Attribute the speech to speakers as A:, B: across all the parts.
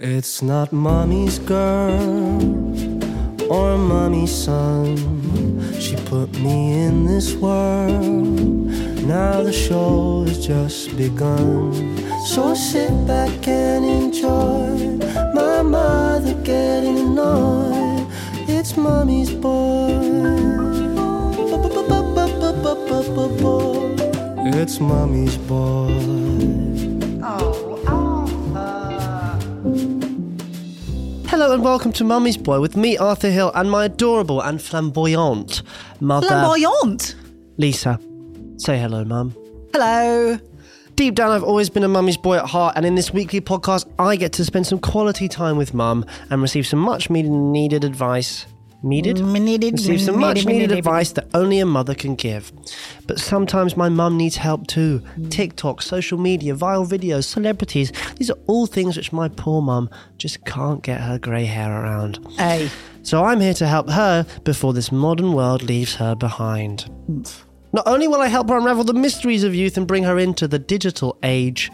A: It's not mommy's girl or mommy's son. She put me in this world. Now the show has just begun. So sit back and enjoy my mother getting annoyed. It's mommy's boy. It's mommy's boy. Hello and welcome to Mummy's Boy with me, Arthur Hill, and my adorable and flamboyant mother,
B: Flamboyant.
A: Lisa. Say hello, Mum.
B: Hello.
A: Deep down, I've always been a mummy's boy at heart, and in this weekly podcast, I get to spend some quality time with mum and receive some much me- needed advice. Needed?
B: Mm, needed,
A: Receive some
B: needed,
A: much Mm-hmm. needed
B: needed.
A: advice that only a mother can give. But sometimes my mum needs help too. TikTok, social media, viral videos, celebrities. These are all things which my poor mum just can't get her grey hair around.
B: Hey.
A: So I'm here to help her before this modern world leaves her behind. Not only will I help her unravel the mysteries of youth and bring her into the digital age,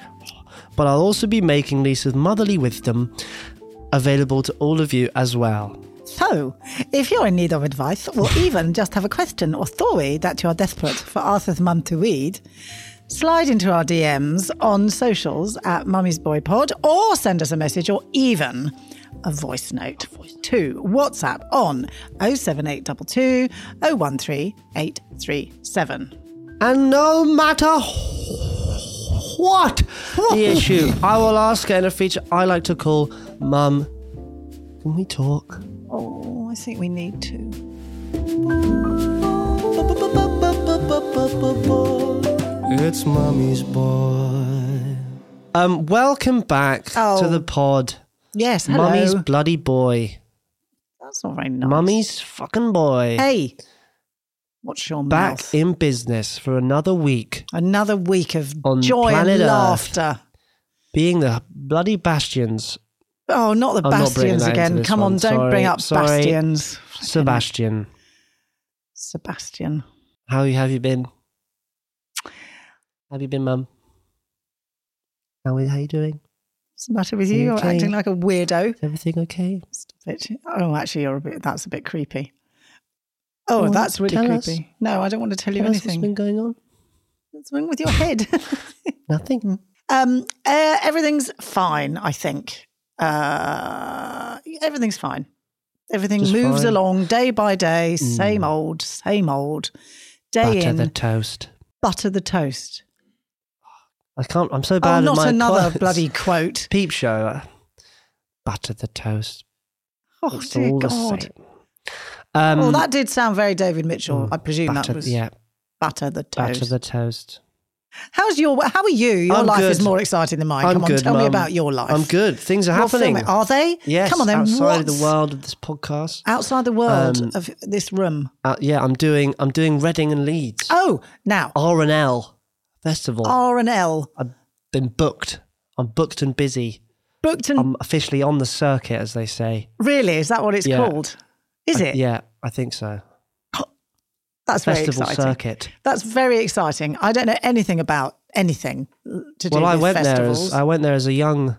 A: but I'll also be making Lisa's motherly wisdom available to all of you as well.
B: So, if you're in need of advice, or even just have a question or story that you are desperate for Arthur's mum to read, slide into our DMs on socials at Mummy's Boy Pod, or send us a message, or even a voice note to WhatsApp on 07822 013837.
A: And no matter what the issue, I will ask her in a feature I like to call Mum, can we talk?
B: Oh, I think we need to.
A: It's Mummy's Boy. Um, welcome back
B: Oh.
A: to the pod.
B: Yes, hello.
A: Mummy's bloody boy.
B: That's not very nice.
A: Mummy's fucking boy.
B: Hey, what's your
A: Back
B: mouth?
A: in business for another week,
B: Another week of
A: On
B: joy
A: planet
B: and
A: Earth.
B: laughter.
A: being the bloody bastions,
B: Oh, not the
A: I'm not bringing
B: bastions
A: that into
B: again.
A: this
B: Come
A: one.
B: on, don't
A: Sorry,
B: bring up
A: sorry.
B: bastions.
A: Sebastian.
B: Sebastian.
A: How you have you been? Have you been, Mum? How are how you doing?
B: What's the matter with you? You're
A: Okay.
B: acting like a weirdo.
A: Is everything okay?
B: Stop it. Oh, actually, you're a bit. That's a bit creepy. Oh,
A: Well,
B: that's really
A: tell
B: creepy.
A: us.
B: No, I don't want to tell you
A: Tell us what's
B: anything.
A: been going on?
B: What's wrong with your head?
A: Nothing.
B: Um, uh, everything's fine, I think. Uh, everything's fine. Everything
A: Just
B: moves
A: fine. Hmm.
B: along day by day, same old, same old. Day
A: Butter
B: in,
A: the toast.
B: butter the toast.
A: I can't. I'm so bad.
B: Oh,
A: at
B: not
A: my
B: another
A: quotes.
B: bloody quote.
A: peep show. Butter the toast.
B: Oh,
A: It's
B: dear
A: all the
B: God.
A: same. Um,
B: well, that did sound very David Mitchell. I presume
A: butter,
B: that was
A: yeah.
B: butter the toast.
A: Butter the toast.
B: How's your, how are you? Your
A: I'm
B: life is
A: good.
B: more exciting than mine.
A: I'm
B: Come on,
A: good,
B: tell me
A: Mum.
B: about your life.
A: I'm good. Things are
B: You're
A: happening.
B: filming- Are they?
A: Yes,
B: Come on then.
A: outside of
B: what's
A: the world of this podcast.
B: Outside the world
A: Um,
B: of this room.
A: Uh, yeah, I'm doing. I'm doing Reading and Leeds
B: Oh, now
A: R and L festival.
B: R and L,
A: I've been booked. I'm booked and busy.
B: Brookton.
A: I'm officially on the circuit, as they say.
B: really, is that what it's
A: Yeah. Uh,
B: called? Is it?
A: Yeah, I think so.
B: That's very
A: Festival
B: exciting.
A: circuit.
B: That's very exciting. I don't know anything about anything to do
A: Well,
B: with
A: I went there.
B: festivals.
A: As, I went there as a young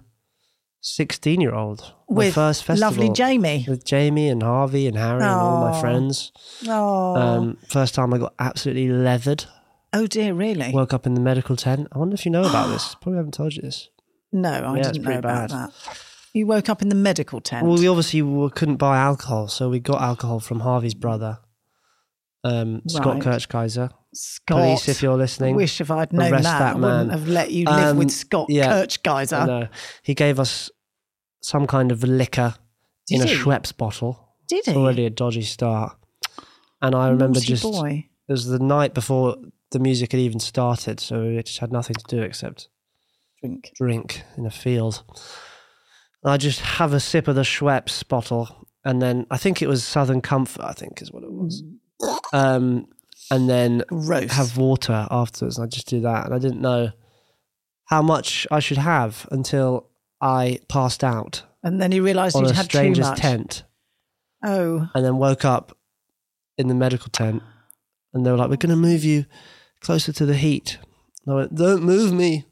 A: sixteen-year-old. my
B: With
A: first festival.
B: lovely Jamie.
A: With Jamie and Harvey and Harry and all my
B: Aw.
A: friends.
B: oh,
A: Um, first time I got absolutely leathered.
B: oh dear, really?
A: Woke up in the medical tent. I wonder if you know about this. Probably haven't told you this.
B: No, I
A: Yeah, it's
B: didn't know
A: pretty bad.
B: about that. You woke up in the medical tent.
A: Well, we obviously w- couldn't buy alcohol, so we got alcohol from Harvey's brother, um, Scott
B: Right.
A: Kirchkaiser.
B: Scott,
A: Police, if you're listening,
B: wish if I'd known
A: arrest
B: that,
A: that
B: I wouldn't
A: man.
B: have let you live
A: Um,
B: with Scott
A: yeah, uh,
B: Kirchgeiser.
A: No, he gave us some kind of liquor
B: Did
A: in
B: he?
A: a Schweppes bottle.
B: Did he?
A: It's already a dodgy start. And I remember
B: Naughty
A: just
B: boy.
A: it was the night before the music had even started, so it just had nothing to do except
B: drink.
A: drink in a field. And I just have a sip of the Schweppes bottle, and then I think it was Southern Comfort. I think is what it was. Um, and then
B: Gross.
A: have water afterwards. And I just do that, and I didn't know how much I should have until I passed out
B: and then you realised
A: on
B: you'd
A: a
B: had too
A: stranger's
B: much.
A: tent,
B: Oh,
A: and then woke up in the medical tent, and they were like, "We're going to move you closer to the heat." And I went, "Don't move me.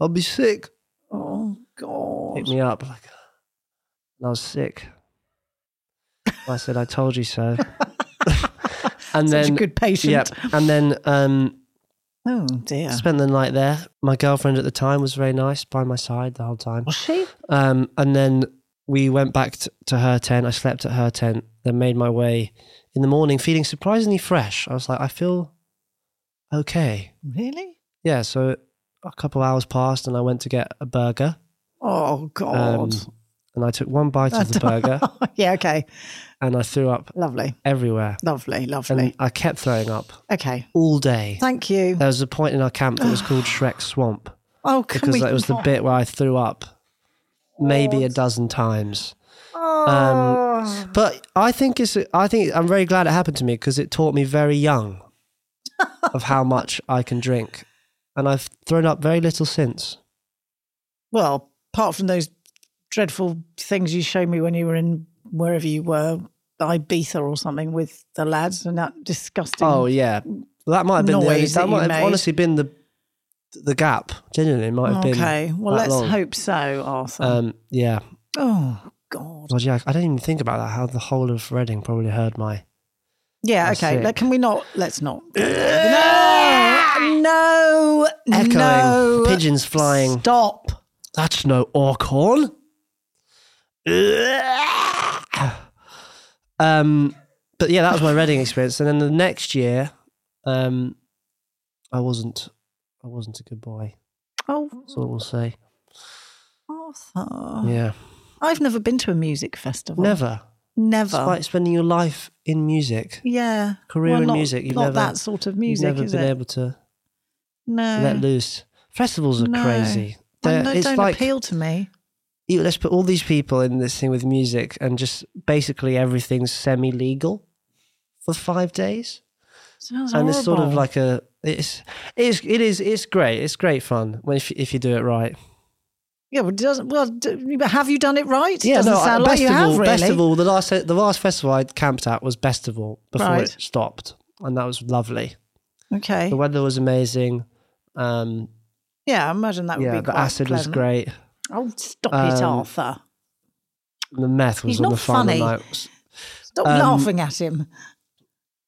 A: I'll be sick."
B: oh
A: picked
B: God.
A: me up. Like, and I was sick. I said, I told you so. and
B: Such
A: then,
B: a good patient.
A: yep. And then um,
B: Oh dear.
A: spent the night there. My girlfriend at the time was very nice by my side the whole time.
B: Was she?
A: Um, and then we went back t- to her tent. I slept at her tent, then made my way in the morning feeling surprisingly fresh. I was like, I feel okay.
B: Really?
A: Yeah. So a couple of hours passed and I went to get a burger.
B: Oh
A: Um,
B: God.
A: and I took one bite of the burger.
B: yeah. Okay.
A: and I threw up
B: Lovely.
A: everywhere.
B: Lovely. Lovely.
A: And I kept throwing up
B: okay.
A: all day.
B: Thank you.
A: There was a point in our camp that was called Shrek Swamp
B: Oh, can
A: because
B: we
A: that was the
B: not?
A: bit where I threw up maybe a dozen times.
B: Oh.
A: Um, but I think it's I think I'm very glad it happened to me because it taught me very young of how much I can drink. And I've thrown up very little since.
B: Well, apart from those dreadful things you showed me when you were in wherever you were, Ibiza or something with the lads, and that disgusting.
A: Oh yeah, that might have been the only,
B: Noise
A: that,
B: that you
A: might have
B: made.
A: honestly been the the gap. Genuinely, it might have been
B: okay. Well,
A: that
B: let's
A: long.
B: hope so, Arthur.
A: Um, yeah,
B: oh God.
A: God, yeah, I didn't even think about that. How the whole of Reading probably heard my.
B: Yeah.
A: that's
B: Okay.
A: sick.
B: Like, can we not? Let's not. no. No.
A: Echoing,
B: No.
A: pigeons flying.
B: Stop.
A: That's no orcorn. um, but yeah, that was my Reading experience. And then the next year, um, I wasn't, I wasn't a good boy.
B: Oh,
A: That's all we'll say.
B: Arthur.
A: Yeah,
B: I've never been to a music festival.
A: never.
B: Never.
A: Despite spending your life in music,
B: yeah.
A: career
B: well,
A: in
B: not,
A: music, you've
B: not
A: never
B: that sort of music,
A: you've never
B: is
A: been
B: it?
A: able to
B: no.
A: let loose. Festivals are
B: No.
A: crazy.
B: They
A: They're-
B: don't,
A: it's
B: don't
A: like
B: appeal to me.
A: you- let's put all these people in this thing with music and just basically everything's semi legal for five days.
B: Sounds
A: and it's sort of
B: horrible.
A: like a it's it's it is it's great. It's great fun when if, if you do it right.
B: yeah. Well, doesn't well? d- but have you done it right?
A: Yeah,
B: doesn't
A: no, uh,
B: sound
A: best
B: like you
A: of
B: have
A: all,
B: really.
A: best of all, the last the last festival I camped at was best of all before
B: Right. Eh.
A: it stopped, and that was lovely.
B: okay.
A: The weather was amazing. Um,
B: Yeah, I imagine that would
A: yeah,
B: be quite
A: the acid was
B: pleasant.
A: great.
B: Oh, stop it,
A: Um,
B: Arthur!
A: The meth was
B: He's
A: on
B: not
A: the final
B: funny.
A: night. It was-
B: Stop
A: um,
B: laughing at him.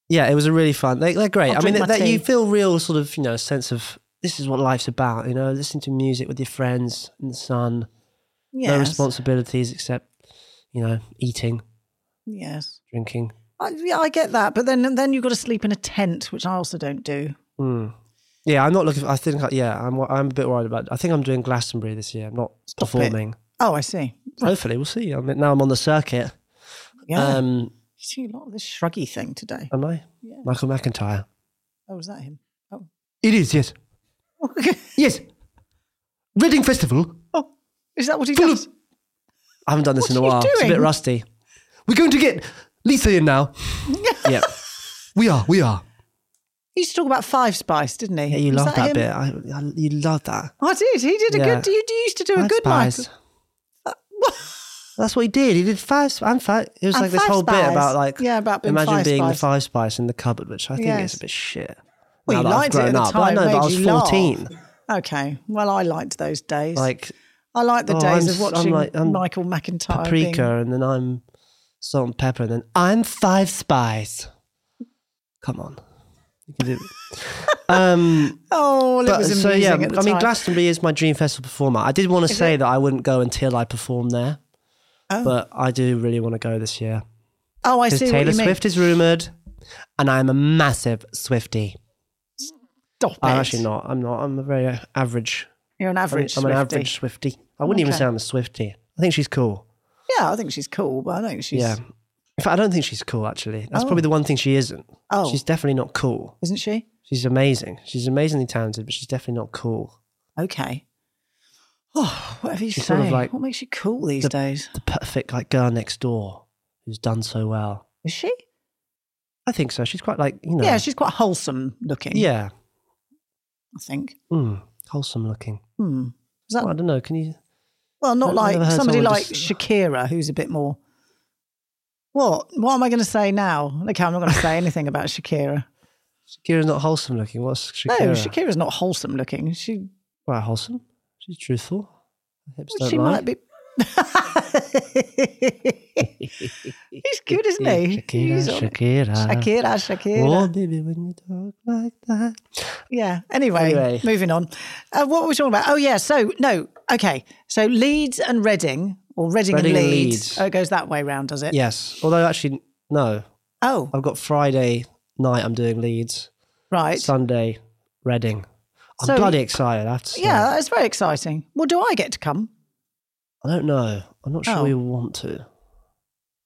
A: Yeah, it was a really fun. They, they're great.
B: I'll
A: I mean,
B: drink my
A: that, you
B: tea.
A: feel real sort of you know sense of this is what life's about. You know, listening to music with your friends in the sun,
B: Yes.
A: no responsibilities except you know eating,
B: Yes.
A: drinking.
B: I, yeah, I get that, but then then you've got to sleep in a tent, which I also don't do.
A: Mm. Yeah, I'm not looking. I think uh, yeah, I'm I'm a bit worried about. I think I'm doing Glastonbury this year. I'm not
B: Stop it.
A: performing.
B: Oh, I see.
A: Hopefully, we'll see. I mean, now I'm on the circuit.
B: Yeah,
A: Um, uh,
B: you see a lot of this shruggy thing today.
A: am I? Michael McIntyre.
B: Oh, was that him? Oh,
A: It is yes, yes. Reading Festival.
B: oh is that what he
A: Full
B: does?
A: of- I haven't done this
B: What
A: in a
B: are you
A: while. It's a bit
B: doing?
A: rusty. We're going to get Lisa in now. yep. We are, we are.
B: He used to talk about Five Spice, didn't he?
A: Yeah, you
B: Was
A: love that,
B: him?
A: bit. I, I, you love that.
B: I did. He did a
A: Yeah.
B: good. You, you used to do a
A: Five
B: good Michael.
A: Spies. That's what he did. He did five. Sp- and five. It was
B: And
A: like this
B: Five
A: whole bit
B: Spies.
A: about like
B: Yeah, about being
A: imagine
B: Five
A: being the
B: Spies.
A: five spice in the cupboard, which I think
B: Yes.
A: is a bit shit.
B: Well,
A: now that
B: you
A: I've
B: liked it at
A: grown
B: the
A: up.
B: time.
A: I know,
B: made
A: but I was
B: you laugh.
A: fourteen.
B: Okay. Well, I liked those days.
A: Like
B: I like the
A: oh, I'm
B: days of
A: s- I'm
B: watching
A: like- I'm
B: Michael McIntyre.
A: paprika,
B: Being,
A: and then I'm salt and pepper, and then I'm five spice. Come on, You can do um,
B: Oh, well, it
A: but
B: was
A: so
B: amusing
A: yeah,
B: at the
A: I mean,
B: time.
A: Glastonbury is my dream festival performer. I did want to say that I wouldn't go until I perform there,
B: Oh.
A: but I do really want to go this year
B: oh, I see
A: because
B: what
A: Taylor
B: you mean.
A: Swift is rumored, and I'm a massive Swifty.
B: Stop it.
A: Oh, I'm actually not. I'm not. I'm a very average.
B: You're an
A: I'm,
B: average.
A: I'm an
B: Swiftie.
A: average Swifty. I wouldn't even
B: Okay.
A: say I'm a Swifty. I think she's cool.
B: Yeah, I think she's cool, but I don't think she's.
A: Yeah. In fact, I don't think she's cool. Actually, that's probably the one thing she isn't.
B: Oh.
A: She's definitely not cool.
B: Isn't she?
A: She's amazing. She's amazingly talented, but she's definitely not cool.
B: Okay. Oh, whatever you
A: She's
B: say.
A: sort of like
B: what makes you cool these
A: the-
B: days?
A: The perfect like girl next door who's done so well.
B: Is she?
A: I think so. She's quite like you know.
B: Yeah, she's quite wholesome looking.
A: yeah.
B: I think.
A: Mm, wholesome looking.
B: Hmm. Is that
A: Well, I don't know. Can you?
B: well? Not
A: I've never
B: like
A: heard
B: somebody
A: someone
B: like
A: just-
B: Shakira, who's a bit more. What? What am I going to say now? Okay, I'm not going to say anything about Shakira.
A: Shakira's not wholesome looking. What's Shakira?
B: No, Shakira's not wholesome looking. She
A: Quite wholesome. She's truthful. Her Hips don't
B: she
A: lie.
B: might be. He's good, isn't he?
A: Shakira,
B: He's all-
A: Shakira.
B: Shakira, Shakira.
A: Oh, baby, when you talk like that.
B: Yeah. Anyway,
A: Anyway.
B: moving on. Uh, what were we talking about? Oh, yeah. So, no. Okay. So, Leeds and Reading, or Reading,
A: Reading
B: and
A: and
B: Leeds.
A: Leeds.
B: Oh, it goes that way round, does it?
A: Yes. Although, actually, no.
B: Oh,
A: I've got Friday night, I'm doing Leeds.
B: right.
A: Sunday, Reading. I'm
B: So-
A: bloody excited. I have to say.
B: yeah, it's very exciting. Well, do I get to come?
A: I don't know. I'm not sure
B: Oh.
A: we want to.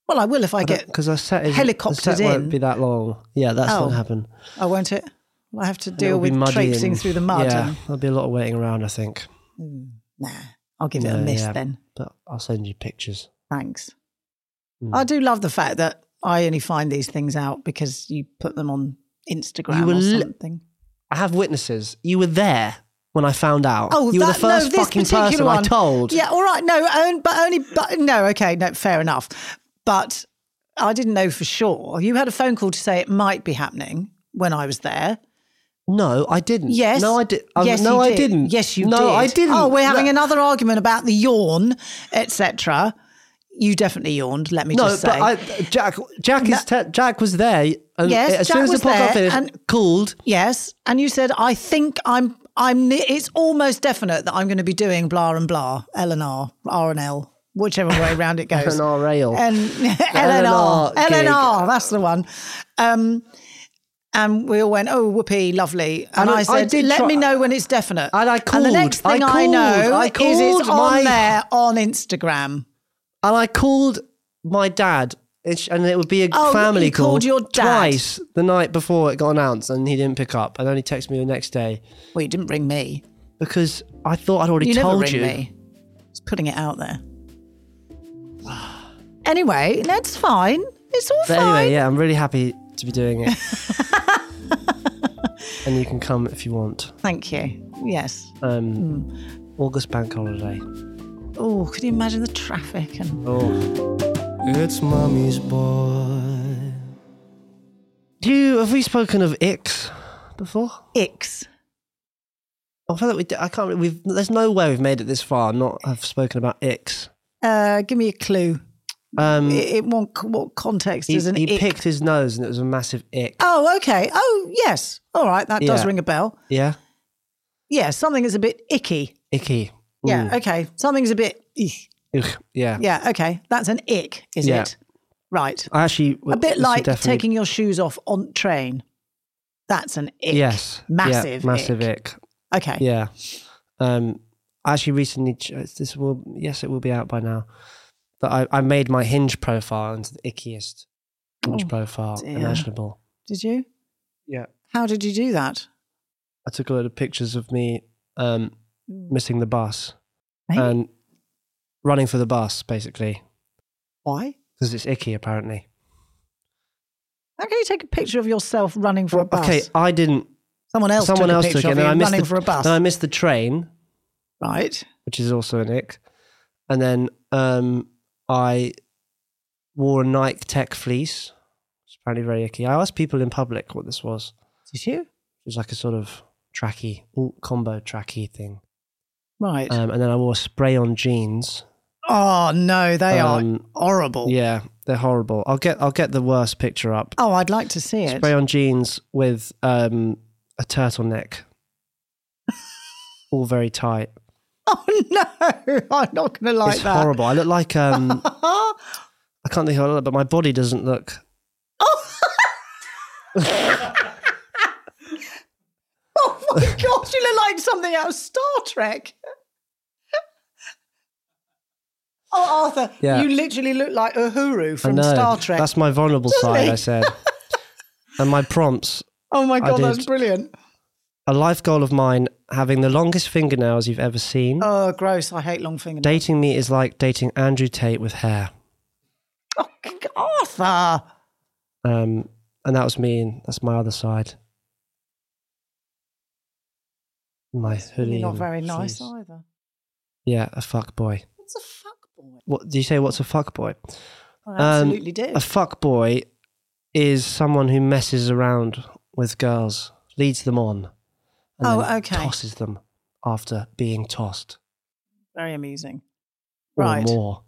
B: Well, I will if I, get.
A: Because our set is.
B: helicopters
A: the set
B: in.
A: won't be that long. Yeah, that's
B: Oh.
A: not happening.
B: Oh, won't it? Well, I have to deal
A: It'll be
B: with
A: muddy
B: traipsing
A: and-
B: through the mud.
A: Yeah,
B: and- mm,
A: there'll be a lot of waiting around, I think.
B: nah, I'll give it a
A: No,
B: miss
A: yeah.
B: then.
A: But I'll send you pictures.
B: Thanks.
A: Mm.
B: I do love the fact that I only find these things out because you put them on Instagram
A: You were
B: or
A: li-
B: something.
A: I have witnesses. You were there when I found out.
B: Oh,
A: you
B: that,
A: were the first
B: no, this
A: fucking
B: particular
A: person
B: one.
A: I told.
B: Yeah, all right. No, on- but only, but no, okay, no, fair enough. But I didn't know for sure. You had a phone call to say it might be happening when I was there.
A: No, I didn't.
B: Yes.
A: No, I did. I,
B: yes,
A: no,
B: you
A: I
B: did.
A: didn't.
B: Yes, you
A: no,
B: did.
A: I didn't.
B: Oh, we're having
A: no,
B: another argument about the yawn, etc. You definitely yawned. Let me
A: No,
B: just say.
A: but I, Jack. Jack is. Te- Jack was there. And
B: Yes,
A: as
B: Jack
A: soon as
B: was
A: the podcast
B: there
A: finished,
B: and-
A: called.
B: yes, and you said I think I'm. I'm. ne- It's almost definite that I'm going to be doing blah and blah, L and R, R and L, whichever way round it goes.
A: Eleanor Rail.
B: and LNR,
A: LNR
B: LNR, that's the one. Um, and we all went, oh, whoopee, lovely. And,
A: And
B: I,
A: I
B: said,
A: did
B: let
A: try-
B: me know when it's definite.
A: And I
B: the
A: called,
B: next
A: I
B: thing I,
A: called,
B: know
A: I
B: is it's
A: called
B: on
A: my-
B: there on Instagram.
A: and I called my dad. and sh- And it would be a
B: Oh,
A: family
B: you
A: call.
B: called your dad.
A: twice the night before it got announced, and he didn't pick up. And only texted me the next day
B: Well, you didn't ring me.
A: because I thought I'd already
B: You never
A: told
B: ring
A: you.
B: me. Just putting it out there. Anyway, that's fine. It's all
A: But
B: fine.
A: anyway, yeah, I'm really happy to be doing it. and you can come if you want.
B: Thank you. Yes.
A: Um,
B: Hmm.
A: August bank holiday.
B: Oh, could you imagine the traffic and
A: Oh.
C: It's mommy's boy.
A: Do you, have we spoken of icks before?
B: icks?
A: I feel like we. Did, I can't. We've. There's no way we've made it this far and not have spoken about icks.
B: Uh, give me a clue.
A: Um,
B: It, it won't, what context
A: he
B: is an
A: he
B: ick?
A: picked his nose and it was a massive ick.
B: Oh, okay. Oh, yes. All right. That does
A: Yeah.
B: ring a bell.
A: Yeah,
B: Yeah. Something is a bit icky.
A: icky.
B: Yeah.
A: Mm.
B: Okay. Something's a bit. eek.
A: Ugh. Yeah.
B: Yeah. Okay. That's an ick, is
A: Yeah.
B: it? Right.
A: I actually.
B: A bit like
A: definitely,
B: taking your shoes off on train. That's an ick.
A: Yes. yeah,
B: Massive.
A: massive ick.
B: Ick. Okay.
A: Yeah. Um, I actually recently, ch- uh, this will, yes, it will be out by now, but I, I made my hinge profile into the ickiest hinge
B: Oh,
A: profile
B: dear.
A: imaginable.
B: Did you?
A: Yeah.
B: How did you do that?
A: I took a load of pictures of me um,
B: Mm.
A: missing the bus
B: Mate,
A: and running for the bus, basically,
B: Why?
A: because it's icky, apparently.
B: How can you take a picture of yourself running for a bus?
A: Okay, I didn't.
B: Someone else
A: someone
B: took a
A: else
B: picture
A: took it, and
B: of you
A: then I missed
B: running
A: the,
B: for a bus.
A: Then I missed the train,
B: right.
A: which is also an ick. And then um, I wore a Nike Tech fleece. It's apparently very icky. I asked people in public what this was.
B: Did you?
A: It was like a sort of tracky, all combo tracky thing.
B: Right.
A: Um, and then I wore spray on jeans.
B: oh, no. They
A: um,
B: are horrible.
A: Yeah. They're horrible. I'll get I'll get the worst picture up.
B: Oh, I'd like to see it.
A: Spray on jeans with um, a turtleneck, all very tight.
B: Oh no, I'm not going to like
A: it's
B: that.
A: horrible. I look like um, I can't think how I look, but my body doesn't look.
B: Oh my gosh, you look like something out of Star Trek. oh, Arthur,
A: Yeah.
B: you literally look like Uhuru
A: I
B: from
A: know.
B: Star Trek.
A: That's my vulnerable side.
B: he?
A: I said, and my prompts.
B: oh my
A: I
B: god, that's
A: did.
B: brilliant.
A: A life goal of mine: having the longest fingernails you've ever seen.
B: Oh, gross. I hate long fingernails.
A: Dating me is like dating Andrew Tate with hair.
B: Oh, g- Arthur.
A: Um, and that was me, and that's my other side. My hoodie.
B: You're not
A: and
B: very nice
A: sleeves.
B: either.
A: Yeah, a fuck boy.
B: What's a fuck boy?
A: What do you say? What's a fuck boy?
B: I
A: Um,
B: absolutely do.
A: A fuck boy is someone who messes around with girls, leads them on, and
B: Oh,
A: then
B: okay.
A: tosses them after being tossed
B: Very amusing.
A: or
B: Right.
A: more.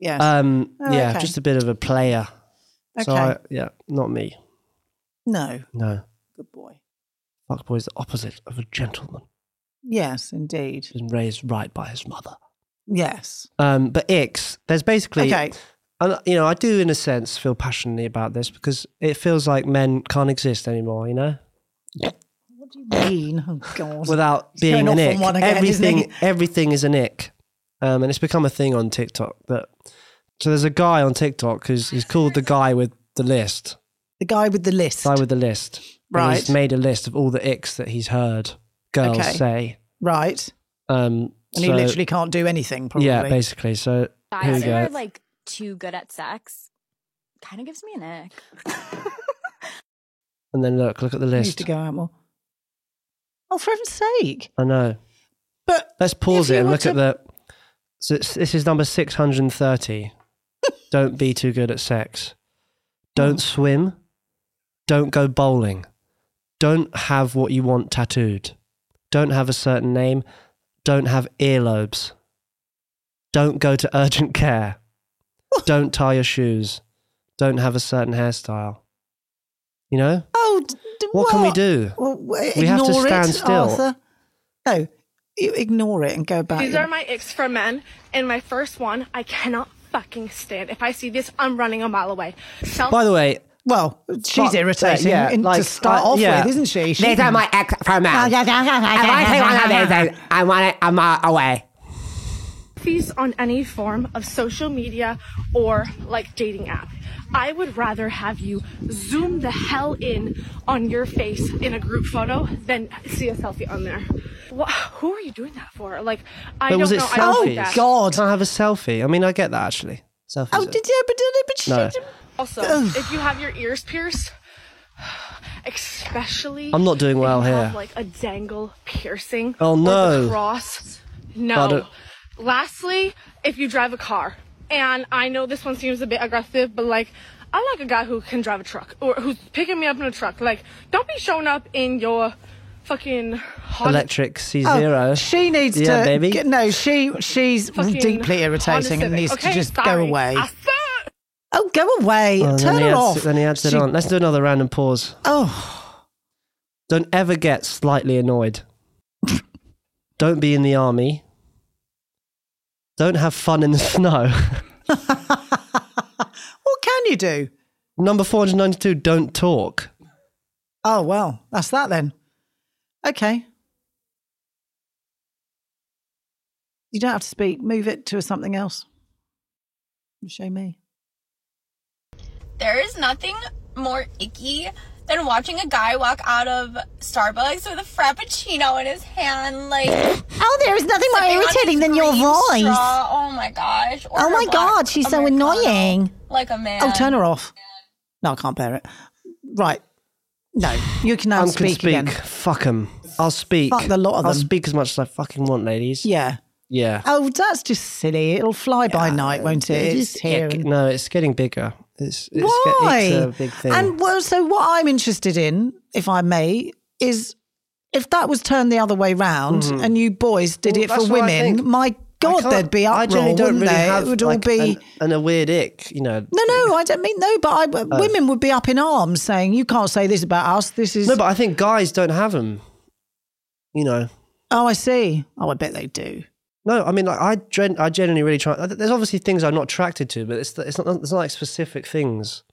B: Yes.
A: Um,
B: Oh,
A: yeah,
B: okay.
A: just a bit of a player. So
B: Okay.
A: I, yeah, not me.
B: no.
A: No,
B: Good boy.
A: fuck boy is the opposite of a gentleman.
B: Yes, indeed.
A: He's been raised right by his mother.
B: Yes.
A: Um, but icks, there's basically,
B: Okay.
A: and, you know, I do in a sense feel passionately about this because it feels like men can't exist anymore, you know,
B: What do you mean? Oh god.
A: without
B: He's
A: being
B: going
A: an
B: off on
A: ick.
B: one again, isn't
A: everything,
B: he?
A: everything is an ick, um, and it's become a thing on TikTok. But so there's a guy on TikTok who's he's called the guy with the list,
B: the guy with the list.
A: guy with the list. And he's
B: Right.
A: made a list of all the icks that he's heard girls
B: Okay.
A: say.
B: right.
A: Um,
B: And he
A: so-
B: literally can't do anything, probably.
A: yeah, basically. So here we
D: Guys who
A: go.
D: are like too good at sex kind of gives me an ick.
A: and then look, look at the
B: I used
A: list.
B: to go out more. Oh, for heaven's sake.
A: I know.
B: But
A: Let's pause it
B: If you
A: and
B: were
A: look at
B: to-
A: the. So it's, this is number 630. Don't be too good at sex. Don't swim. Don't go bowling. Don't have what you want tattooed. Don't have a certain name. Don't have earlobes. Don't go to urgent care. Don't tie your shoes. Don't have a certain hairstyle. You know?
B: oh, d- d-
A: What can we do?
B: Well, w-
A: We have to
B: ignore
A: stand
B: it,
A: still.
B: Arthur. No, you ignore it and go back.
E: These are my icks for men, and my first one I cannot fucking stand. If I see this, I'm running a mile away.
B: Oh,
E: Self-
A: By the way,
B: well, she's
A: But- uh,
B: irritating
A: yeah,
B: in-
A: like,
B: to start
A: uh,
B: off
A: yeah.
B: with, isn't she? she
F: These are my ex for men. If I see one of these, then I want it a mile away.
E: selfies on any form of social media or like dating app. I would rather have you zoom the hell in on your face in a group photo than see a selfie on there. Wha who are you doing that for? Like, I
A: But
E: don't
A: was it
E: know. I don't
A: selfies?
E: like that.
B: God.
A: Can't have a selfie. I mean, I get that actually. Selfies.
B: Oh,
A: are-
B: did you? But, but she
A: No.
E: Also, if you have your ears pierced, especially
A: I'm not doing
E: if
A: well
E: you have,
A: here.
E: like a dangle piercing.
A: Oh,
E: or
A: no.
E: The cross.
A: I
E: No.
A: don't-
E: Lastly, if you drive a car, and I know this one seems a bit aggressive, but like. I like a guy who can drive a truck or who's picking me up in a truck. Like, don't be showing up in your fucking Honda
A: Electric
B: Oh,
A: C0.
B: She needs
A: Yeah,
B: to.
A: baby.
B: Get, no, she she's
E: fucking
B: deeply irritating
E: Honda
B: and
E: Civic,
B: needs
E: okay?
B: to just
E: Sorry.
B: go away.
E: I suck.
B: Oh, go away.
A: Oh, then
B: Turn
A: he
B: her
A: adds-
B: off.
A: Then he adds it
B: She-
A: on. Let's do another random pause.
B: Oh,
A: Don't ever get slightly annoyed. Don't be in the army. Don't have fun in the snow.
B: what can you do?
A: Number 492, don't talk.
B: Oh, well, that's that then. Okay. You don't have to speak. Move it to something else. Show me.
G: There is nothing more icky than watching a guy walk out of Starbucks with a frappuccino in his hand, like
H: Oh, there is nothing more
G: sipping on
H: irritating
G: his
H: than your
G: green
H: voice.
G: straw. Oh my gosh! Or
H: Oh
G: a
H: my
G: black
H: God, she's so
G: Americano,
H: annoying.
G: Like a man.
B: Oh, turn her off. No, I can't bear it. Right. No, you can now
A: I
B: speak,
A: can
B: again.
A: speak. Fuck 'em. I'll speak.
B: Fuck the lot of
A: I'll
B: them.
A: speak as much as I fucking want, ladies.
B: Yeah.
A: Yeah.
B: Oh, that's just silly. It'll fly by night, won't it? It's here. and-
A: No, it's getting bigger. It's, it's,
B: Why?
A: Get, it's a big thing.
B: And well, so what I'm interested in, if I may, is if that was turned the other way round and you boys did
A: Well,
B: it for
A: that's what I
B: women,
A: think.
B: my God,
A: can't-
B: there'd be
A: I
B: uproar,
A: generally
B: wouldn't
A: don't really
B: they?
A: have
B: it would all
A: like,
B: be.
A: an, and a weird ick, you know.
B: no, no, I don't mean no, but I,
A: Oh.
B: women would be up in arms saying, "You can't say this about us. This is."
A: No, but I think guys don't have them. You know.
B: oh, I see. Oh, I bet they do.
A: No, I mean, like, I gen- I generally really try. There's obviously things I'm not attracted to, but it's it's not it's not like specific things.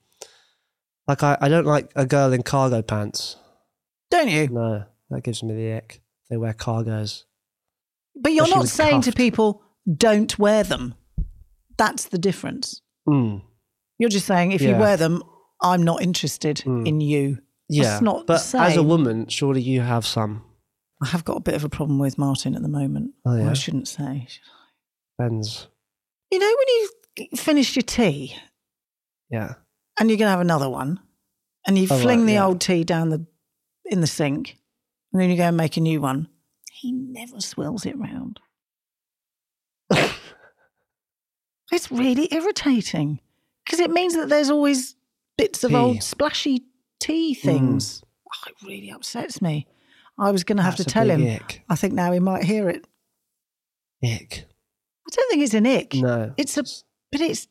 A: Like I, I don't like a girl in cargo pants.
B: Don't you?
A: No, that gives me the ick. They wear cargos.
B: But you're
A: Especially
B: not
A: with
B: saying to
A: cuffed.
B: people, "Don't wear them." That's the difference.
A: Mm.
B: You're just saying, if you
A: Yeah. Hmm.
B: wear them, I'm not interested in you.
A: Yeah,
B: That's not the
A: but as a
B: same.
A: woman, surely you have some.
B: I have got a bit of a problem with Martin at the moment.
A: Oh, yeah?
B: I shouldn't say.
A: Depends.
B: You know, when you finish your tea
A: Yeah.
B: and you're going to have another one, and you
A: Oh, right,
B: fling the
A: yeah.
B: old tea down the in the sink, and then you go and make a new one. He never swirls it round. it's really irritating because it means that there's always bits of
A: Tea. Mm.
B: old splashy tea things. Oh, it really upsets me. I was going to have
A: That's
B: to
A: a
B: tell
A: big
B: him.
A: Ick.
B: I think now he might hear it.
A: Ick.
B: I don't think it's an ick.
A: No.
B: It's a, but it's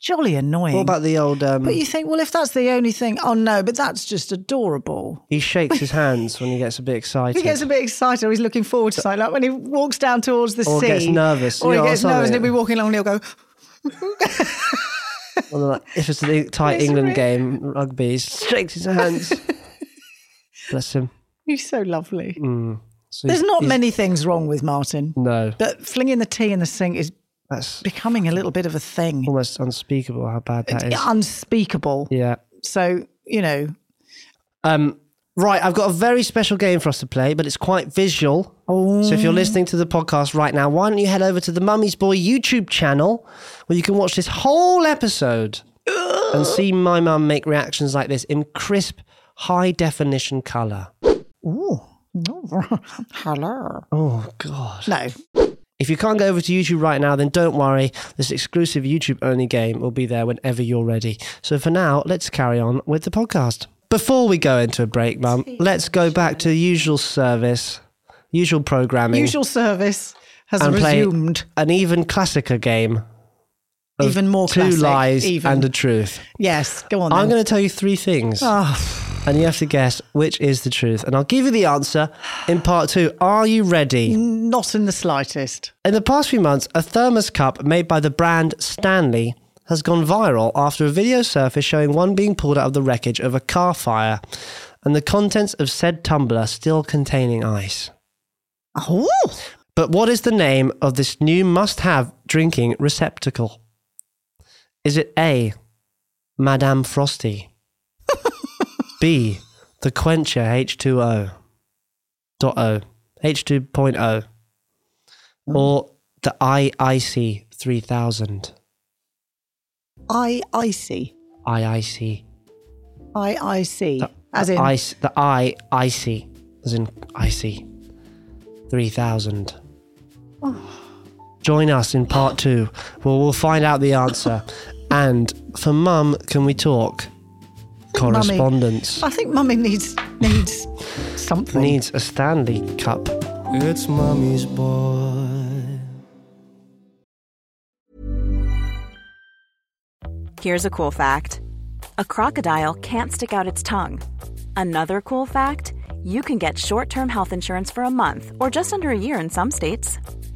B: jolly annoying.
A: What about the old? Um,
B: but you think, well, if that's the only thing, oh no, but that's just adorable.
A: he shakes his hands when he gets a bit excited.
B: He gets a bit excited, or he's looking forward to something. Like when he walks down towards the
A: Or
B: sea,
A: gets nervous, you
B: or he
A: know, or
B: gets nervous, and he'll be
A: something.
B: walking along, and he'll go,
A: Well, like, if it's the tight
B: It's
A: England
B: really-
A: game, rugby, he shakes his hands. Bless him.
B: "You're so lovely."
A: Mm. So
B: There's
A: he's-
B: not
A: he's-
B: many things wrong with Martin,
A: No,
B: but flinging the tea in the sink is
A: that's
B: becoming a little bit of a thing.
A: almost unspeakable how bad that is.
B: It's unspeakable.
A: Yeah.
B: So you know,
A: Um, right, I've got a very special game for us to play, but it's quite visual. So if you're listening to the podcast right now, why don't you head over to the Mummy's Boy YouTube channel where you can watch this whole episode and see my mum make reactions like this in crisp, high definition colour.
B: ooh, hello.
A: Oh, God.
B: No,
A: If you can't go over to YouTube right now, then don't worry. This exclusive YouTube only game will be there whenever you're ready. So for now, let's carry on with the podcast. Before we go into a break, Mum, let's go back to usual service, usual programming,
B: usual service has
A: and play
B: resumed.
A: an even classicer game. of
B: Even more
A: two
B: classic,
A: lies
B: even.
A: and a truth.
B: Yes, go on.
A: I'm
B: then.
A: going to tell you three things,
B: Oh,
A: and you have to guess which is the truth. And I'll give you the answer in part two. Are you ready?
B: not in the slightest.
A: In the past few months, a thermos cup made by the brand Stanley has gone viral after a video surfaced showing one being pulled out of the wreckage of a car fire and the contents of said tumbler still containing ice.
B: Oh,
A: But what is the name of this new must have drinking receptacle? Is it A, Madame Frosty? B, the Quencher H2O? Dot O, H2.0? Or the IIC 3000?
B: I I see.
A: IIC.
B: I I see.
A: The-
B: As
A: the
B: in,
A: ice, the IIC, as in icy. 3000.
B: Oh.
A: Join us in part two where we'll find out the answer. and for Mum, can we talk? Correspondence
B: I think Mummy needs needs something.
A: needs a Stanley cup.
C: It's mommy's boy.
H: Here's a cool fact a crocodile can't stick out its tongue. Another cool fact you can get short term health insurance for a month or just under a year in some states.